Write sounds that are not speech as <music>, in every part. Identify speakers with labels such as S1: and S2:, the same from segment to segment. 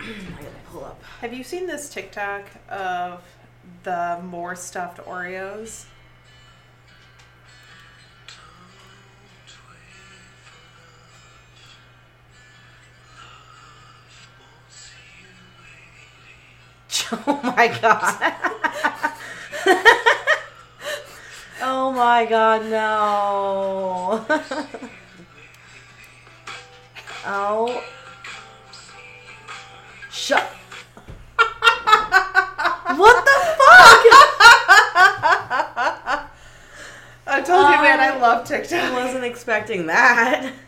S1: I gotta pull up. <laughs>
S2: Have you seen this TikTok of the more stuffed Oreos?
S1: Oh my god. <laughs> oh my god, no. <laughs> oh. Shut. <laughs> what the
S2: I told you, man, I
S1: I
S2: love
S1: fuck? I
S2: TikTok.
S1: wasn't expecting that. <laughs>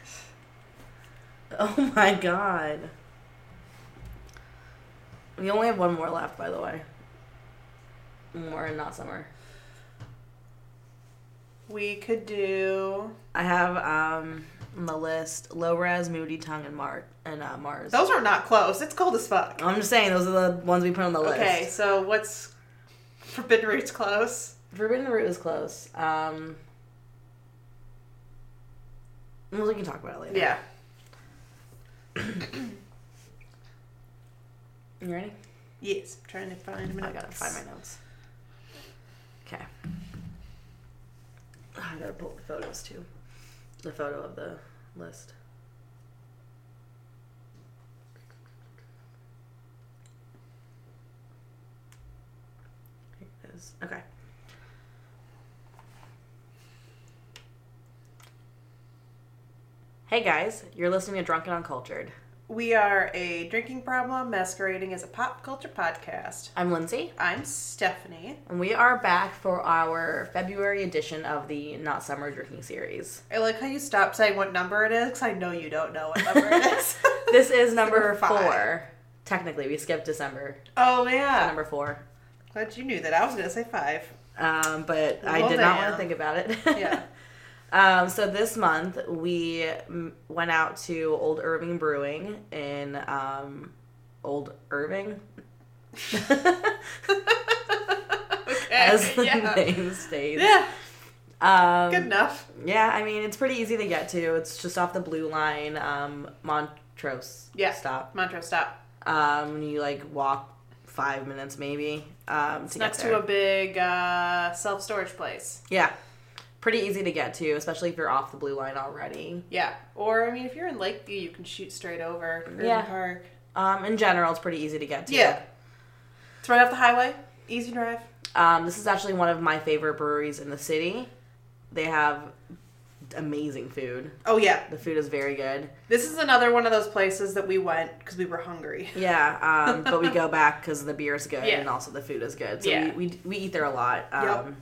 S1: Oh my god. We only have one more left, by the way. More in not summer.
S2: <laughs> We could do.
S1: I have um on the list low res, moody tongue, and Mar and uh, Mars.
S2: Those are not close. It's cold as fuck.
S1: I'm just saying those are the ones we put on the list.
S2: Okay, so what's Forbidden Roots close?
S1: Forbidden Root is close. Um, well, we can talk about it later.
S2: Yeah.
S1: You ready?
S2: Yes. I'm trying to find my
S1: I
S2: notes.
S1: gotta find my notes. Okay. I gotta pull the photos too. The photo of the list. Here it is. Okay. Hey guys, you're listening to Drunken Uncultured.
S2: We are a drinking problem masquerading as a pop culture podcast.
S1: I'm Lindsay.
S2: I'm Stephanie.
S1: And we are back for our February edition of the Not Summer Drinking Series.
S2: I like how you stop saying what number it is 'cause I know you don't know what number it is.
S1: This is number
S2: Number five.
S1: four. Technically, we skipped December.
S2: <laughs> oh, yeah.
S1: Number four.
S2: Glad you knew that. I was going to say five.
S1: Um, but I
S2: Well,
S1: did not want
S2: damn.
S1: to think about it.
S2: <laughs> Yeah.
S1: <laughs> um, so this month, we mm, went out to Old Irving Brewing in um, Old
S2: <laughs>
S1: Irving. <laughs>
S2: <laughs>
S1: As the
S2: yeah.
S1: name states.
S2: Yeah,
S1: Um,
S2: good enough.
S1: Yeah, I mean it's pretty easy to get to. It's just off the blue line, um, Montrose
S2: Yeah.
S1: stop.
S2: Mantra, stop.
S1: Um, you like walk five minutes maybe. Um, to
S2: Next
S1: get there.
S2: to a big uh, self storage place.
S1: yeah, pretty easy to get to, especially if you're off the blue line already.
S2: Yeah. Or, I mean, if you're in Lakeview, you can shoot straight over. Irving
S1: Yeah.
S2: Park.
S1: Um, in general, it's pretty easy to get to.
S2: Yeah. It's right off the highway. Easy drive.
S1: Um, this is actually one of my favorite breweries in the city. They have amazing food.
S2: Oh, yeah.
S1: The food is very good.
S2: This is another one of those places that we went because we were hungry.
S1: Yeah, um, but we
S2: <laughs>
S1: go back because the beer is good
S2: Yeah.
S1: and also the food is good. So
S2: Yeah.
S1: we, we we eat there a lot. Um,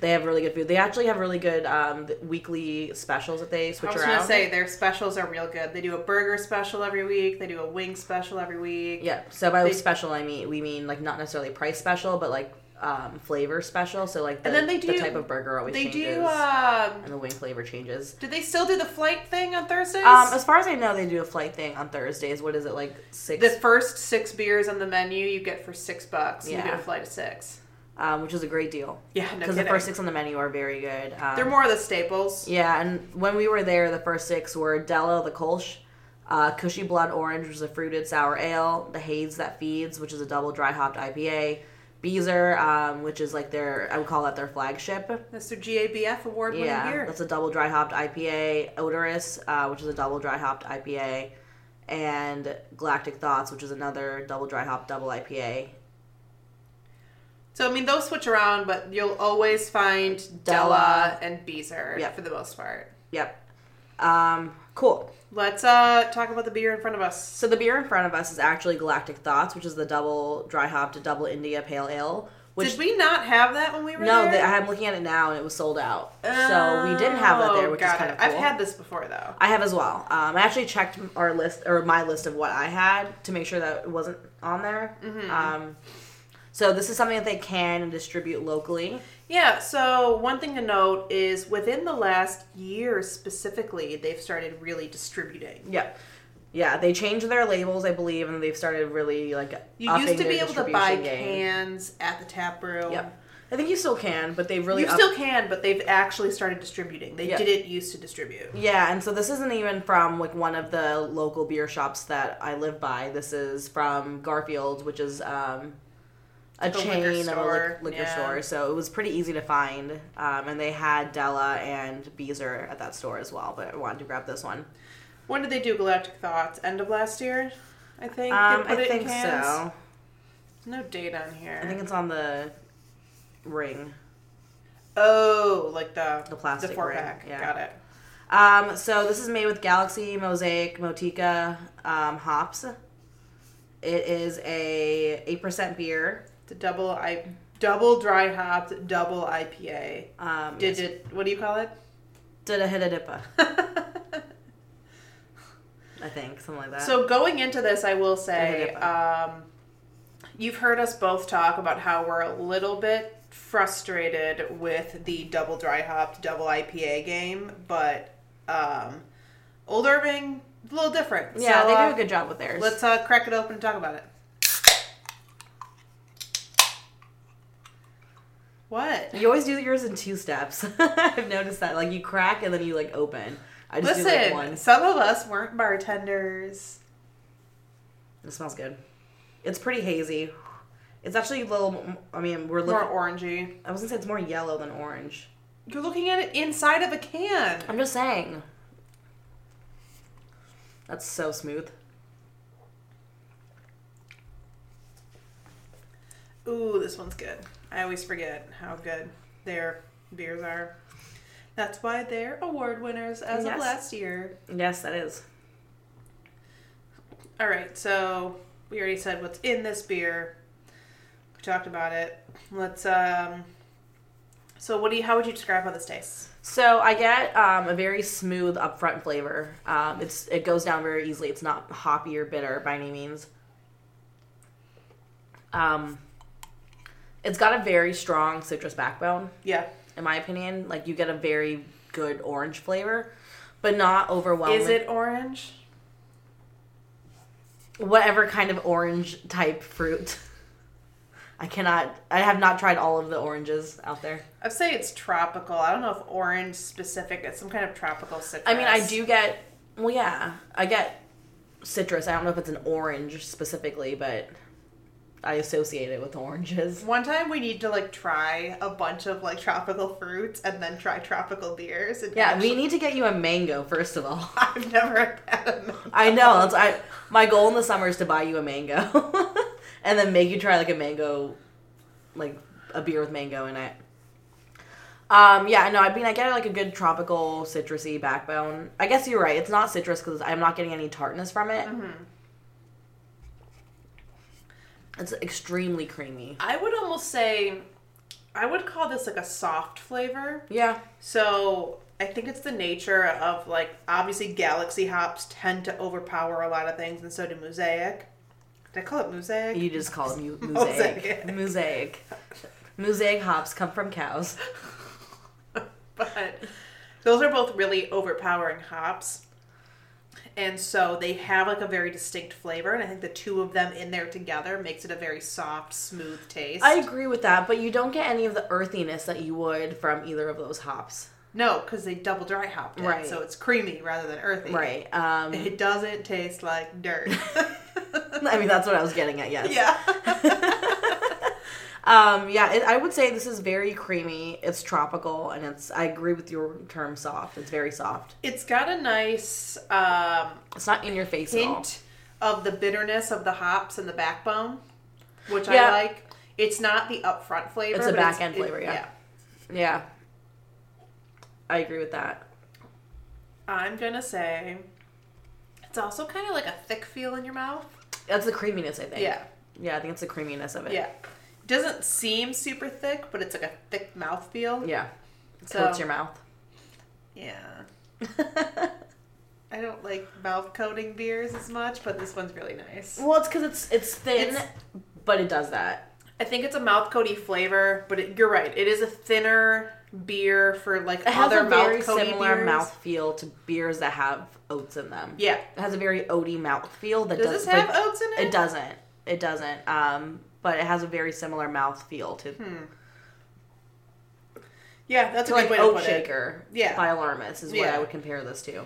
S1: They have really good food. They actually have really good um, th- weekly specials that they switch
S2: I was
S1: around.
S2: gonna say their specials are real good. They do a burger special every week. They do a wing special every week.
S1: yeah. So by
S2: They-
S1: special, I mean we mean like not necessarily price special, but like um, flavor special. So like the,
S2: And then they
S1: the
S2: do-
S1: type of burger always
S2: They
S1: changes,
S2: do. Um,
S1: and the wing flavor changes.
S2: do they still do the flight thing on Thursdays?
S1: Um, as far as I know, they do a flight thing on Thursdays. What is it like six?
S2: the first six beers on the menu you get for six bucks. and
S1: Yeah.
S2: You get a flight of six.
S1: um, which is a great deal
S2: Yeah, no
S1: because
S2: kidding.
S1: the first six on the menu are very good. Um,
S2: They're more of the staples.
S1: Yeah, and when we were there, the first six were Della the Kolsch, uh, Cushy Blood Orange, which is a fruited sour ale, The Haze That Feeds, which is a double dry hopped IPA, Beezer, um, which is like their, I would call that their flagship.
S2: That's their GABF award winning
S1: yeah,
S2: beer.
S1: that's a double dry hopped IPA, Odorous, uh, which is a double dry hopped IPA, and Galactic Thoughts, which is another double dry hopped double IPA.
S2: So I mean, those switch around, but you'll always find
S1: Della.
S2: Della, and Beezer
S1: Yeah.
S2: for the most part.
S1: Yep. Um, cool.
S2: Let's uh talk about the beer in front of us.
S1: So the beer in front of us is actually Galactic Thoughts, which is the double dry hop to double India Pale Ale. Which
S2: Did we not have that when we were
S1: no,
S2: there?
S1: the, I'm looking at it now and it was sold out. so we didn't have that there,
S2: Oh,
S1: which is
S2: got
S1: kind
S2: it.
S1: of cool.
S2: I've had this before though.
S1: I have as well. Um, I actually checked our list or my list of what I had to make sure that it wasn't on there.
S2: Mm-hmm.
S1: Um, so this is something that they can distribute locally.
S2: Yeah, so one thing to note is within the last year specifically, they've started really distributing.
S1: Yeah. Yeah, they changed their labels, I believe, and they've started really like.
S2: You
S1: upping
S2: used to
S1: their
S2: be able to buy
S1: distribution game.
S2: cans at the tap room.
S1: Yep. I think you still can, but they've really
S2: you
S1: up-
S2: still can, but they've actually started distributing. They
S1: Yeah.
S2: didn't used to distribute.
S1: Yeah, and so this isn't even from like one of the local beer shops that I live by. This is from Garfield, which is um, a
S2: Like a liquor
S1: chain of a
S2: store,
S1: lic- liquor
S2: yeah.
S1: store. So it was pretty easy to find, um, and they had Della and Beezer at that store as well. But I wanted to grab this one.
S2: When did they do Galactic Thoughts? End of last year, I think.
S1: Um,
S2: they put
S1: I
S2: it in
S1: think
S2: cans.
S1: so.
S2: No date on here.
S1: I think it's on the ring.
S2: oh, like the
S1: The plastic
S2: the four
S1: ring,
S2: pack.
S1: yeah.
S2: Got it.
S1: Um, so this is made with Galaxy, Mosaic, Motica um, hops. It is a eight percent beer.
S2: The double I double dry hopped double IPA.
S1: Um,
S2: Did it? What do you call it?
S1: Did a hit a dipper. <laughs> I think something like that.
S2: so going into this, I will say,
S1: Dip-a-dip-a.
S2: um, you've heard us both talk about how we're a little bit frustrated with the double dry hopped double IPA game, but um, Old Irving a little different.
S1: yeah,
S2: So,
S1: they
S2: uh,
S1: do a good job with theirs.
S2: Let's uh, crack it open and talk about it. What?
S1: you always do yours in two steps. <laughs> I've noticed that. Like you crack and then you like open. I just do like
S2: Listen,
S1: one.
S2: some of us weren't bartenders.
S1: It smells good. It's pretty hazy. It's actually a little. I mean, we're looking.
S2: More orangey.
S1: I was gonna say it's more yellow than orange.
S2: You're looking at it inside of a can.
S1: I'm just saying. That's so smooth.
S2: Ooh, this one's good. I always forget how good their beers are. That's why they're award winners as
S1: Yes.
S2: of last year.
S1: Yes, that is.
S2: All right, so we already said what's in this beer. We talked about it. Let's um. So what do you? How would you describe how this tastes?
S1: So I get um, a very smooth upfront flavor. Um, it's it goes down very easily. It's not hoppy or bitter by any means. Um, it's got a very strong citrus backbone,
S2: Yeah.
S1: in my opinion. Like you get a very good orange flavor, but not overwhelming.
S2: Is it orange?
S1: whatever kind of orange type fruit? <laughs> I cannot. I have not tried all of the oranges out there.
S2: I'd say it's tropical. I don't know if orange specific. It's some kind of tropical citrus.
S1: I mean, I do get. Well, yeah, I get citrus. I don't know if it's an orange specifically, but I associate it with oranges.
S2: One time we need to like try a bunch of like tropical fruits and then try tropical beers. And
S1: Yeah,
S2: actually-
S1: we need to get you a mango first of all.
S2: <laughs> I've never had a mango.
S1: I know. That's I. My goal in the summer is to buy you a mango, <laughs> and then make you try like a mango, like a beer with mango in it. Um. Yeah. No. I mean, I get like a good tropical citrusy backbone. I guess you're right. It's not citrus because I'm not getting any tartness from it. It's extremely creamy.
S2: I would almost say, I would call this like a soft flavor.
S1: Yeah.
S2: So I think it's the nature of like obviously galaxy hops tend to overpower a lot of things, and so do mosaic. Did I call it mosaic?
S1: You just call it mu- mosaic.
S2: Mosaic.
S1: Mosaic. Mosaic hops come from cows.
S2: <laughs> but those are both really overpowering hops. And so they have like a very distinct flavor, and I think the two of them in there together makes it a very soft, smooth taste.
S1: I agree with that, but you don't get any of the earthiness that you would from either of those hops.
S2: no, because they double dry hopped it,
S1: Right.
S2: so it's creamy rather than earthy.
S1: Right. Um, <laughs>
S2: It doesn't taste like dirt. <laughs>
S1: I mean, that's what I was getting at. Yes.
S2: yeah.
S1: Um, yeah. It, I would say this is very creamy. It's tropical, and it's. I agree with your term soft. It's very soft.
S2: It's got a nice um,
S1: It's not in your face at all.
S2: hint of the bitterness of the hops and the backbone, which
S1: Yeah.
S2: I like. It's not the upfront flavor.
S1: It's a
S2: but
S1: back-end
S2: it-
S1: flavor, yeah. Yeah. I agree with that.
S2: I'm gonna say it's also kind of like a thick feel in your mouth.
S1: That's the creaminess, I think.
S2: Yeah,
S1: Yeah, I think it's the creaminess of it.
S2: yeah. Doesn't seem super thick, but it's like a thick mouth feel.
S1: Yeah. It
S2: So-
S1: coats your mouth. <laughs>
S2: Yeah. I don't like mouth coating beers as much, but this one's really nice.
S1: well, it's because it's it's thin,
S2: It's-
S1: but it does that.
S2: I think it's a mouth coaty flavor, but it, you're right. It is a thinner beer for like
S1: It has
S2: other
S1: a very
S2: mouth coaty
S1: similar
S2: beers.
S1: mouth feel to beers that have oats in them.
S2: Yeah.
S1: It has a very oaty mouth feel that
S2: Does,
S1: does,
S2: this have
S1: but
S2: oats in it?
S1: It doesn't. It doesn't. Um, but it has a very similar mouth feel to
S2: Yeah, that's
S1: To
S2: Hmm. a
S1: like
S2: good way to
S1: Oat
S2: put it.
S1: Shaker
S2: Yeah.
S1: by Alarmus is what
S2: Yeah.
S1: I would compare this to.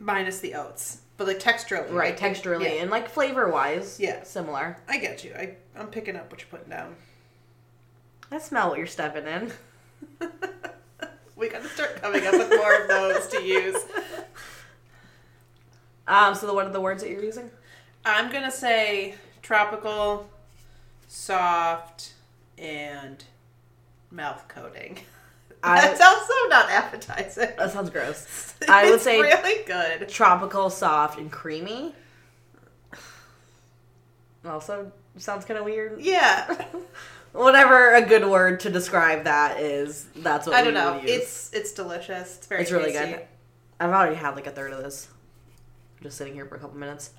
S2: Minus the oats, but like texturally.
S1: Right,
S2: like,
S1: texturally
S2: Yeah.
S1: and like flavor wise.
S2: Yeah.
S1: Similar.
S2: I get you. I I'm picking up what you're putting down.
S1: I smell what you're stepping in.
S2: We got to start coming up with more of those to use.
S1: <laughs> Um, so the, what are the words that you're using?
S2: I'm gonna say tropical, soft, and mouth coating. <laughs>
S1: I-
S2: That's also not appetizing.
S1: That sounds gross.
S2: <laughs>
S1: <laughs> I would
S2: It's
S1: say-
S2: really good.
S1: Tropical, soft, and creamy. <sighs> Also sounds kind of weird. <laughs>
S2: Yeah,
S1: Whatever a good word to describe that is, that's what
S2: I
S1: we
S2: don't know.
S1: would use.
S2: It's it's delicious. It's very.
S1: It's really
S2: tasty.
S1: good. I've already had like a third of this. I'm just sitting here for a couple minutes.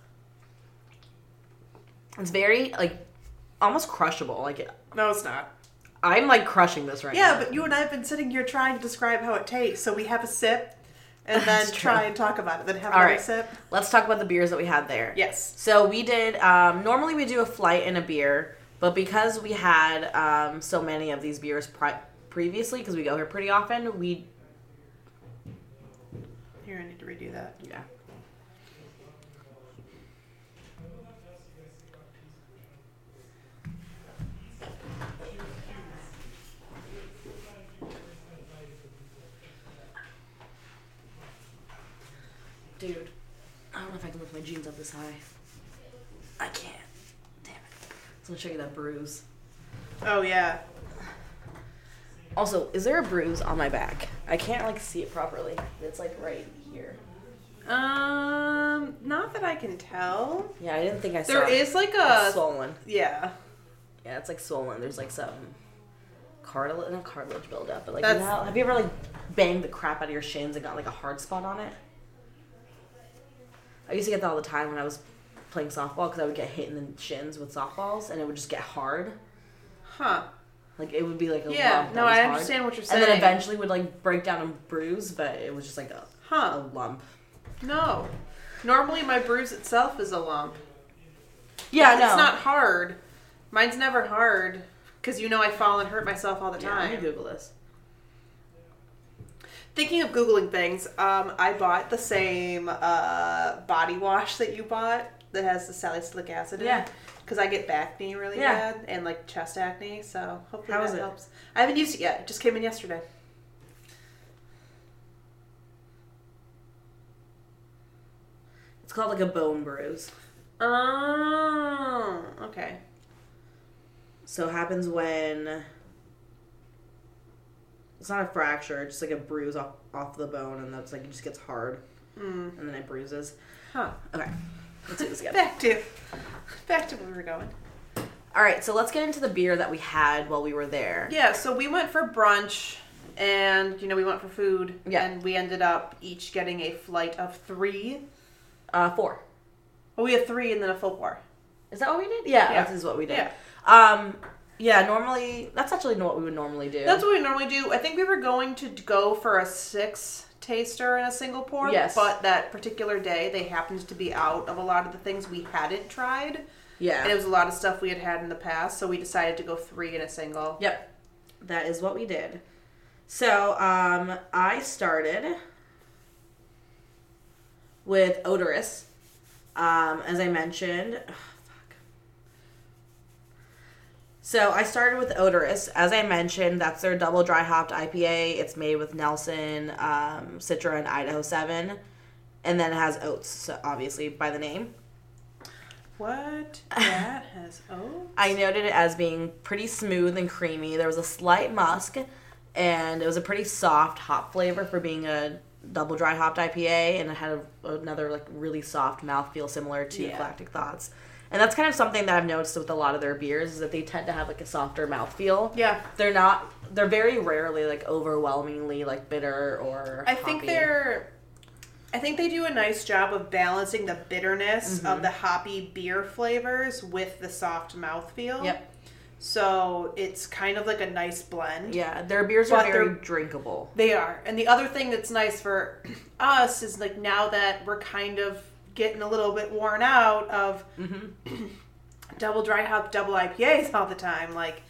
S1: It's very like almost crushable. Like
S2: No, it's not.
S1: I'm like crushing this right
S2: Yeah,
S1: now.
S2: but you and I have been sitting here trying to describe how it tastes. So we have a sip, and then
S1: That's true.
S2: try and talk about it. Then have
S1: All
S2: another
S1: right.
S2: sip.
S1: Let's talk about the beers that we had there.
S2: Yes.
S1: So we did. Um, normally we do a flight and a beer, but because we had um, so many of these beers pri- previously, because we go here pretty often, we
S2: Here, I need to redo that.
S1: yeah. Dude, I don't know if I can lift my jeans up this high. I can't. Damn it. So I'm gonna show you that bruise.
S2: Oh yeah.
S1: Also, is there a bruise on my back? I can't like see it properly. It's like right here.
S2: Um, not that I can tell.
S1: Yeah, I didn't think I saw.
S2: There
S1: it.
S2: is like
S1: It's
S2: a
S1: swollen.
S2: yeah.
S1: Yeah, it's like swollen. There's like some cartilage, not cartilage buildup, but like
S2: That's-
S1: you know, have you ever like banged the crap out of your shins and got like a hard spot on it? I used to get that all the time when I was playing softball because I would get hit in the shins with softballs and it would just get hard.
S2: Huh.
S1: Like it would be like a
S2: Yeah,
S1: lump that
S2: no,
S1: was
S2: I
S1: hard.
S2: understand what you're
S1: And then
S2: saying.
S1: eventually would like break down and bruise, but it was just like a, a
S2: Huh.
S1: lump.
S2: No. Normally my bruise itself is a lump.
S1: Yeah,
S2: It's
S1: no,
S2: not hard. Mine's never hard because you know I fall and hurt myself all the
S1: Yeah, let me
S2: time.
S1: Google this.
S2: Thinking of googling things, um, I bought the same uh, body wash that you bought that has the salicylic acid in
S1: Yeah.
S2: it. Because I get back knee really
S1: Yeah.
S2: bad and like chest acne, so hopefully
S1: How
S2: that
S1: is it?
S2: helps. I haven't used it yet. It just came in yesterday.
S1: It's called like a bone bruise.
S2: Oh, okay.
S1: So it happens when it's not a fracture, it's just like a bruise off, off the bone, and that's like it just gets hard,
S2: Mm.
S1: and then it bruises.
S2: Huh. <laughs>
S1: Okay, let's do this again.
S2: Back to back to where we were going.
S1: All right, so let's get into the beer that we had while we were there.
S2: Yeah, so we went for brunch and you know, we went for food
S1: Yeah.
S2: and we ended up each getting a flight of 3.
S1: Uh, four.
S2: Well, we had 3 and then a full bar.
S1: Is that what we did? Yeah,
S2: Yeah.
S1: this is what we did.
S2: Yeah.
S1: Um, yeah. Normally, that's actually what we would normally do.
S2: That's what we normally do. I think we were going to go for a 6 taster and a single pour,
S1: Yes.
S2: but that particular day they happened to be out of a lot of the things we hadn't tried. And it
S1: yeah.
S2: was a lot of stuff we had had in the past, so we decided to go 3 and a single.
S1: Yep. That is what we did. So um, I started with Odorous. Um, as I mentioned, ugh, fuck. So I started with Odorous. As I mentioned, that's their double dry hopped IPA. It's made with Nelson, um, Citra, and Idaho 7. And then it has oats, so obviously by the name. <laughs>
S2: What? That has oh.
S1: I noted it as being pretty smooth and creamy. There was a slight musk, and it was a pretty soft hop flavor for being a double dry hopped IPA, and it had a, another like really soft mouthfeel similar to
S2: Yeah.
S1: Galactic Thoughts. And that's kind of something that I've noticed with a lot of their beers is that they tend to have like a softer mouthfeel.
S2: Yeah.
S1: They're not. They're very rarely like overwhelmingly like bitter or.
S2: I think
S1: hoppy.
S2: they're. I think they do a nice job of balancing the bitterness
S1: Mm-hmm.
S2: of the hoppy beer flavors with the soft mouthfeel.
S1: Yep.
S2: So it's kind of like a nice blend.
S1: Yeah, their beers are
S2: But
S1: very
S2: they're-
S1: drinkable.
S2: They are. And the other thing that's nice for <clears throat> us is like now that we're kind of getting a little bit worn
S1: Mm-hmm.
S2: <clears throat> out of double dry hop, double IPAs all the time, like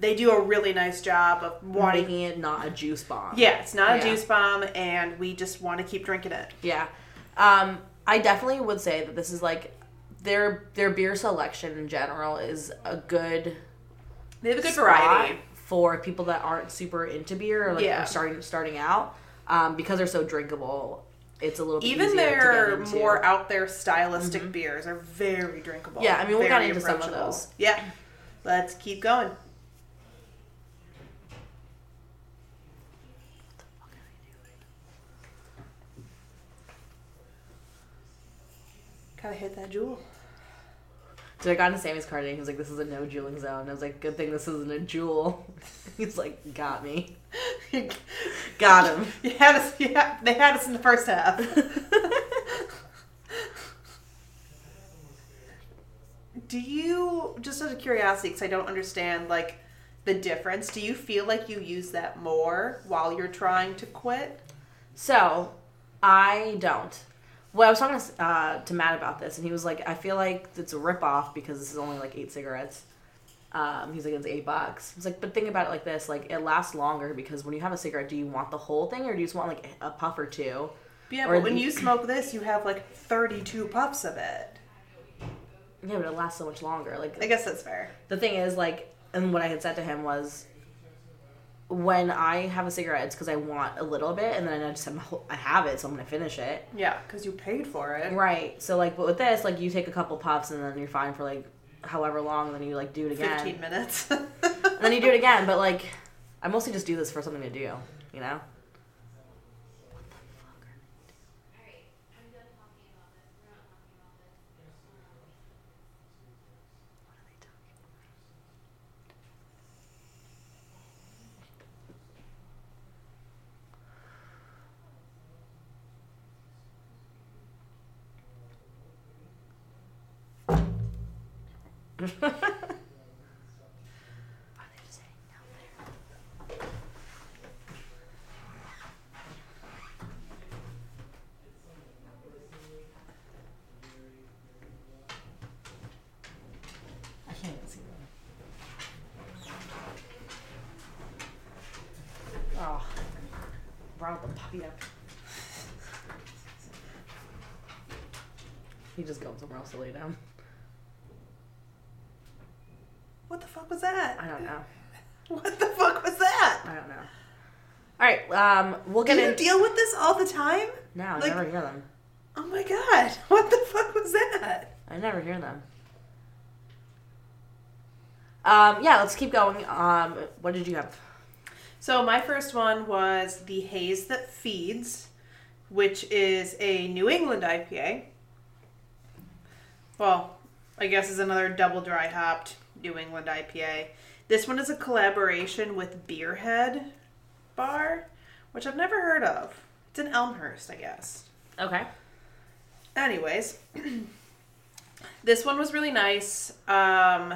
S2: they do a really nice job of wanting.
S1: making it not a juice bomb.
S2: Yeah, it's not a
S1: Yeah.
S2: juice bomb, and we just want to keep drinking it.
S1: Yeah. Um, I definitely would say that this is like their their beer selection in general is a good
S2: They have a good
S1: spot
S2: variety.
S1: for people that aren't super into beer or like
S2: Yeah.
S1: are starting starting out um, because they're so drinkable. It's a little
S2: Even
S1: easier
S2: their
S1: to get into. Mm-hmm.
S2: more out there stylistic beers are very drinkable.
S1: Yeah, I mean, we got
S2: very
S1: into some of
S2: approachable.
S1: those.
S2: Yeah, let's keep going. Gotta hit that <laughs> jewel.
S1: So I got into Sammy's car today. He was like, "This is a no juuling zone." I was like, "Good thing this isn't a jewel." <laughs> He's like, "Got me, got him."
S2: You had us. You had, they had us in the first half. <laughs> do you just out of curiosity, because I don't understand like the difference? Do you feel like you use that more while you're trying to quit?
S1: So, I don't. Well, I was talking to, uh, to Matt about this, and he was like, "I feel like it's a ripoff because this is only like eight cigarettes." Um, he's like, "It's eight bucks." I was like, "But think about it like this: like it lasts longer because when you have a cigarette, do you want the whole thing or do you just want like a puff or two?
S2: Yeah,
S1: Or
S2: but when
S1: the-
S2: you smoke this, you have like 32 puffs of it.
S1: Yeah, but it lasts so much longer. Like
S2: I guess that's fair.
S1: the thing is like and what i had said to him was when i have a cigarette it's because i want a little bit and then i just have, my whole- I have it so i'm gonna finish it
S2: Yeah, because you paid for it.
S1: right so like but with this like you take a couple puffs and then you're fine for like however long and then you like do it again <laughs>
S2: 15 minutes.
S1: and then you do it again but like i mostly just do this for something to do you know I can't even see them. Oh, riled the puppy up. He just goes somewhere else to lay down.
S2: what the fuck was that?
S1: I don't know.
S2: <laughs> What the fuck was that?
S1: I don't know. All right, um, we'll
S2: Do
S1: get
S2: you
S1: in.
S2: deal with this all the time?
S1: No, I
S2: like-
S1: never hear them.
S2: Oh my god, <laughs> what the fuck was that?
S1: I never hear them. Um, yeah, let's keep going. Um, what did you have?
S2: So, my first one was The Haze That Feeds, which is a New England IPA. Well, I guess is another double dry hopped New England IPA. This one is a collaboration with Beerhead Bar, which I've never heard of. It's in Elmhurst, I guess.
S1: Okay.
S2: anyways <clears throat> this one was really nice um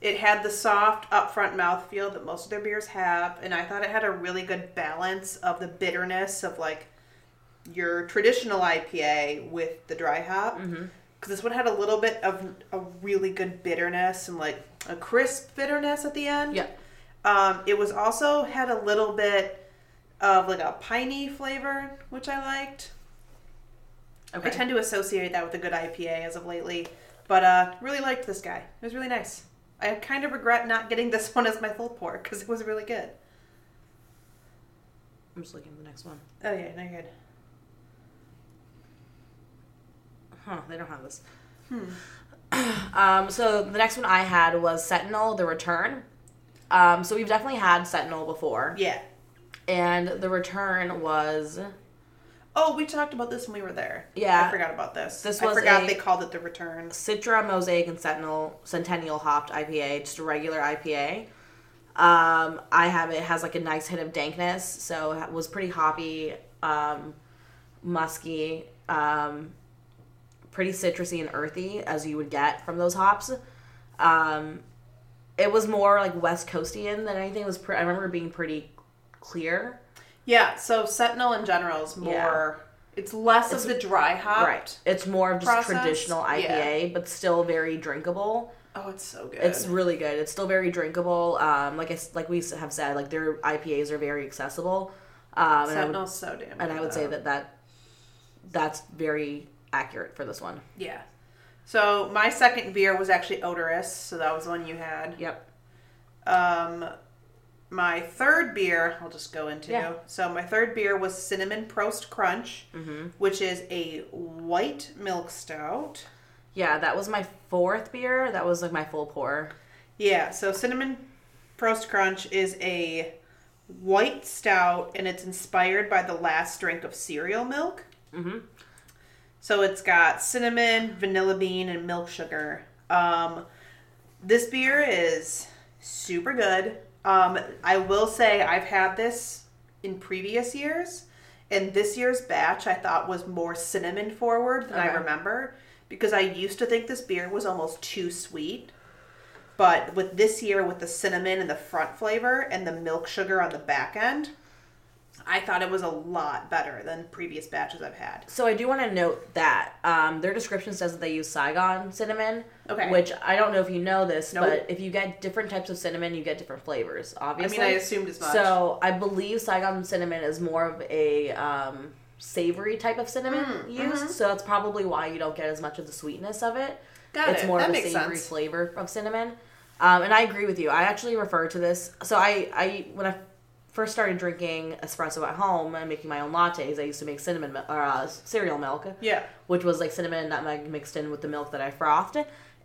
S2: it had the soft upfront mouthfeel that most of their beers have and i thought it had a really good balance of the bitterness of like your traditional ipa with the dry hop because this one had a little bit of a really good bitterness and like a crisp bitterness at the end
S1: Yeah.
S2: um, it was also had a little bit of like a piney flavor which i liked
S1: Okay.
S2: I tend to associate that with a good IPA as of lately, but uh, really liked this guy. It was really nice. I kind of regret not getting this <laughs> one as my full pour because it was really good.
S1: I'm just looking at the next one.
S2: Oh yeah, no you're good.
S1: Huh, they don't have this.
S2: Hmm.
S1: <clears throat> Um, so the next one I had was Sentinel: The Return. Um, so we've definitely had Sentinel before,
S2: Yeah.
S1: and the return was
S2: Oh, we talked about this when we were there.
S1: Yeah.
S2: I forgot about this.
S1: This
S2: I
S1: was
S2: forgot
S1: a-
S2: they called it the returns.
S1: Citra, Mosaic, and Sentinel Centennial hopped IPA, just a regular IPA. Um, I have it has like a nice hint of dankness, so it was pretty hoppy, um, musky, um, pretty citrusy and earthy as you would get from those hops. Um, it was more like West Coastian than anything. It was pre- I remember it being pretty clear.
S2: Yeah. So Sentinel in general is more. It's less of the dry hop.
S1: It's more of just
S2: process?
S1: traditional IPA, but still very drinkable.
S2: Oh, it's so good.
S1: It's really good. It's still very drinkable. Um, like I s like we s- have said, like their IPAs are very accessible. Um, and I would,
S2: Sentinel's so damn.
S1: and I
S2: good,
S1: would say
S2: though.
S1: that that that's very accurate for this one.
S2: Yeah. So my second beer was actually odorous, so that was the one you had.
S1: Yep.
S2: Um, my third beer, I'll just go into.
S1: Yeah.
S2: So my third beer was cinnamon prost crunch, which is a white milk stout.
S1: Yeah, that was my fourth beer. That was like my full pour.
S2: Yeah, so Cinnamon Prost Crunch is a white stout and it's inspired by the last drink of cereal milk.
S1: Mhm.
S2: So it's got cinnamon, vanilla bean, and milk sugar. Um, this beer is super good. Um, I will say I've had this in previous years, and this year's batch I thought was more cinnamon forward than I
S1: Okay.
S2: remember because I used to think this beer was almost too sweet. But with this year, with the cinnamon and the front flavor and the milk sugar on the back end, I thought it was a lot better than previous batches I've had.
S1: So I do want to note that um, their description says that they use Saigon cinnamon,
S2: Okay.
S1: which I don't know if you know this,
S2: Nope.
S1: but if you get different types of cinnamon, you get different flavors.
S2: I mean,
S1: Obviously,
S2: I assumed as much.
S1: So I believe Saigon cinnamon is more of a um, savory type of cinnamon
S2: Mm, uh-huh.
S1: used, so that's probably why you don't get as much of the sweetness of it.
S2: Got
S1: it's
S2: it.
S1: more
S2: That
S1: of a
S2: makes
S1: savory
S2: sense.
S1: flavor of cinnamon. Um, and I agree with you. I actually refer to this. So I, I when I first started drinking espresso at home and making my own lattes, I used to make cinnamon mil- or uh, cereal milk
S2: yeah.
S1: which was like cinnamon and nutmeg mixed in with the milk that I frothed.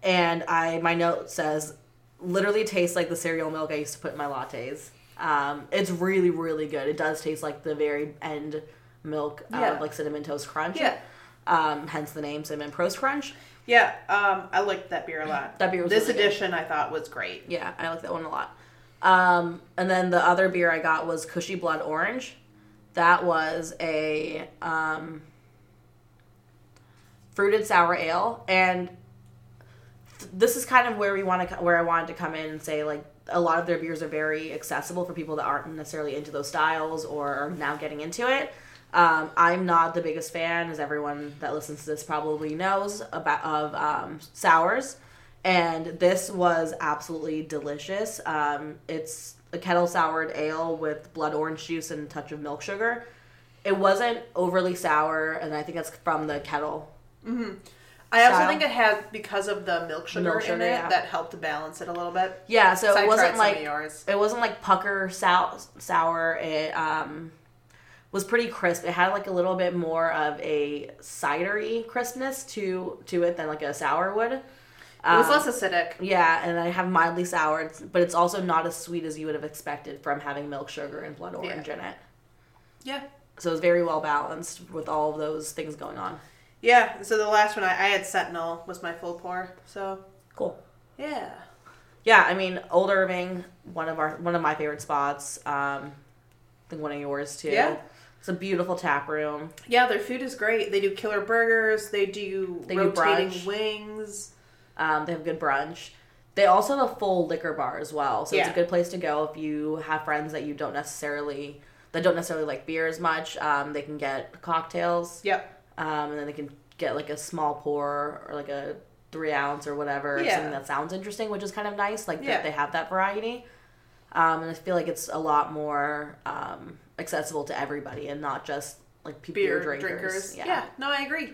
S1: And I my note says literally tastes like the cereal milk I used to put in my lattes. Um, it's really really good. It does taste like the very end milk
S2: Yeah.
S1: of like cinnamon toast crunch.
S2: Yeah.
S1: Um, hence the name cinnamon prost crunch.
S2: Yeah, um, I liked that beer a lot.
S1: That beer was
S2: this
S1: really good.
S2: edition I thought was great.
S1: Yeah, I like that one a lot. Um, and then the other beer I got was Cushy Blood Orange. That was a um, fruited sour ale, and th- this is kind of where we want to where I wanted to come in and say like a lot of their beers are very accessible for people that aren't necessarily into those styles or are now getting into it. Um, I'm not the biggest fan, as everyone that listens to this probably knows about of um, sours, and this was absolutely delicious. Um, it's a kettle soured ale with blood orange juice and a touch of milk sugar. It wasn't overly sour, and I think that's from the kettle
S2: I also
S1: Style.
S2: think it had because of the milk sugar
S1: Milk
S2: in
S1: sugar,
S2: it
S1: yeah.
S2: that helped balance it a little bit.
S1: Yeah, so
S2: So I
S1: it
S2: tried
S1: wasn't
S2: some of
S1: like
S2: yours.
S1: it wasn't like pucker sour. sour. It um, was pretty crisp. It had like a little bit more of a cidery crispness to to it than like a sour would.
S2: It was
S1: Um,
S2: less acidic.
S1: yeah, and I have mildly sour, it's- but it's also not as sweet as you would have expected from having milk sugar and blood orange in it.
S2: Yeah.
S1: So it was very well balanced with all of those things going on.
S2: Yeah. So the last one I, I had Sentinel was my full pour. So
S1: Cool.
S2: yeah.
S1: Yeah, I mean, Old Irving, one of our one of my favorite spots. Um, I think one of yours too.
S2: Yeah.
S1: It's a beautiful tap room.
S2: Yeah, their food is great. They do killer burgers. They do
S1: They do
S2: rotating
S1: brunch.
S2: wings.
S1: Um, they have good brunch. They also have a full liquor bar as well, so
S2: Yeah.
S1: it's a good place to go if you have friends that you don't necessarily that don't necessarily like beer as much. Um, they can get cocktails,
S2: Yep.
S1: um, and then they can get like a small pour or like a three ounce or whatever,
S2: Yeah.
S1: something that sounds interesting, which is kind of nice. Like
S2: Yeah.
S1: that they have that variety, um, and I feel like it's a lot more um, accessible to everybody and not just like people
S2: Beer
S1: drinkers.
S2: drinkers. Yeah. No, I agree.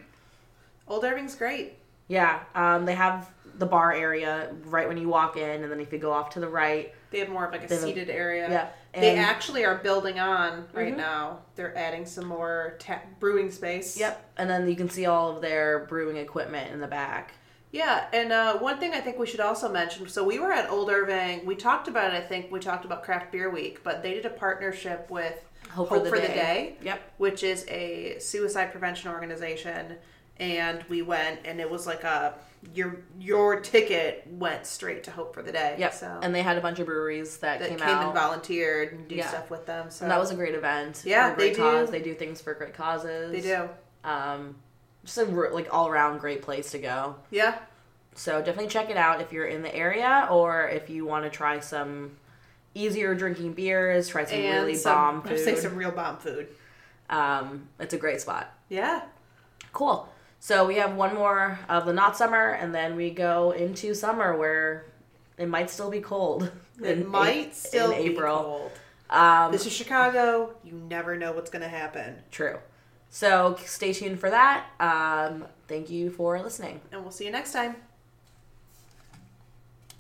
S2: Old Irving's great.
S1: Yeah, um, they have the bar area right when you walk in, and then if you go off to the right,
S2: They have more of like a
S1: They have a-
S2: seated area.
S1: yeah,
S2: they
S1: and-
S2: actually are building on right
S1: Mhm.
S2: now. They're adding some more ta- brewing space.
S1: Yep, and then you can see all of their brewing equipment in the back.
S2: Yeah, and uh, one thing I think we should also mention. So we were at Old Irving. We talked about it. I think we talked about Craft Beer Week, but they did a partnership with Hope, for, the, day.
S1: Yep,
S2: which is a suicide prevention organization. And we went, and it was like a your your ticket went straight to Hope for the Day.
S1: yep.
S2: So
S1: and they had a bunch of breweries that,
S2: that
S1: came,
S2: came,
S1: out.
S2: and volunteered and do
S1: Yeah.
S2: stuff with them. So
S1: and that was a great event.
S2: Yeah,
S1: for a great
S2: they do.
S1: cause. They do things for great causes.
S2: they do.
S1: Um, just a re- like all around great place to go.
S2: Yeah.
S1: So definitely check it out if you're in the area or if you want to try some easier drinking beers, try some really bomb
S2: <laughs> I would Say
S1: food.
S2: some real bomb food.
S1: Um, it's a great spot.
S2: Yeah.
S1: Cool. So we have one more of the not summer, and then we go into summer where it might still be cold.
S2: It
S1: in
S2: might
S1: A-
S2: still
S1: in April.
S2: be cold.
S1: Um,
S2: This is Chicago. You never know what's going to happen.
S1: true. So stay tuned for that. Um, thank you for listening.
S2: And we'll see you next time.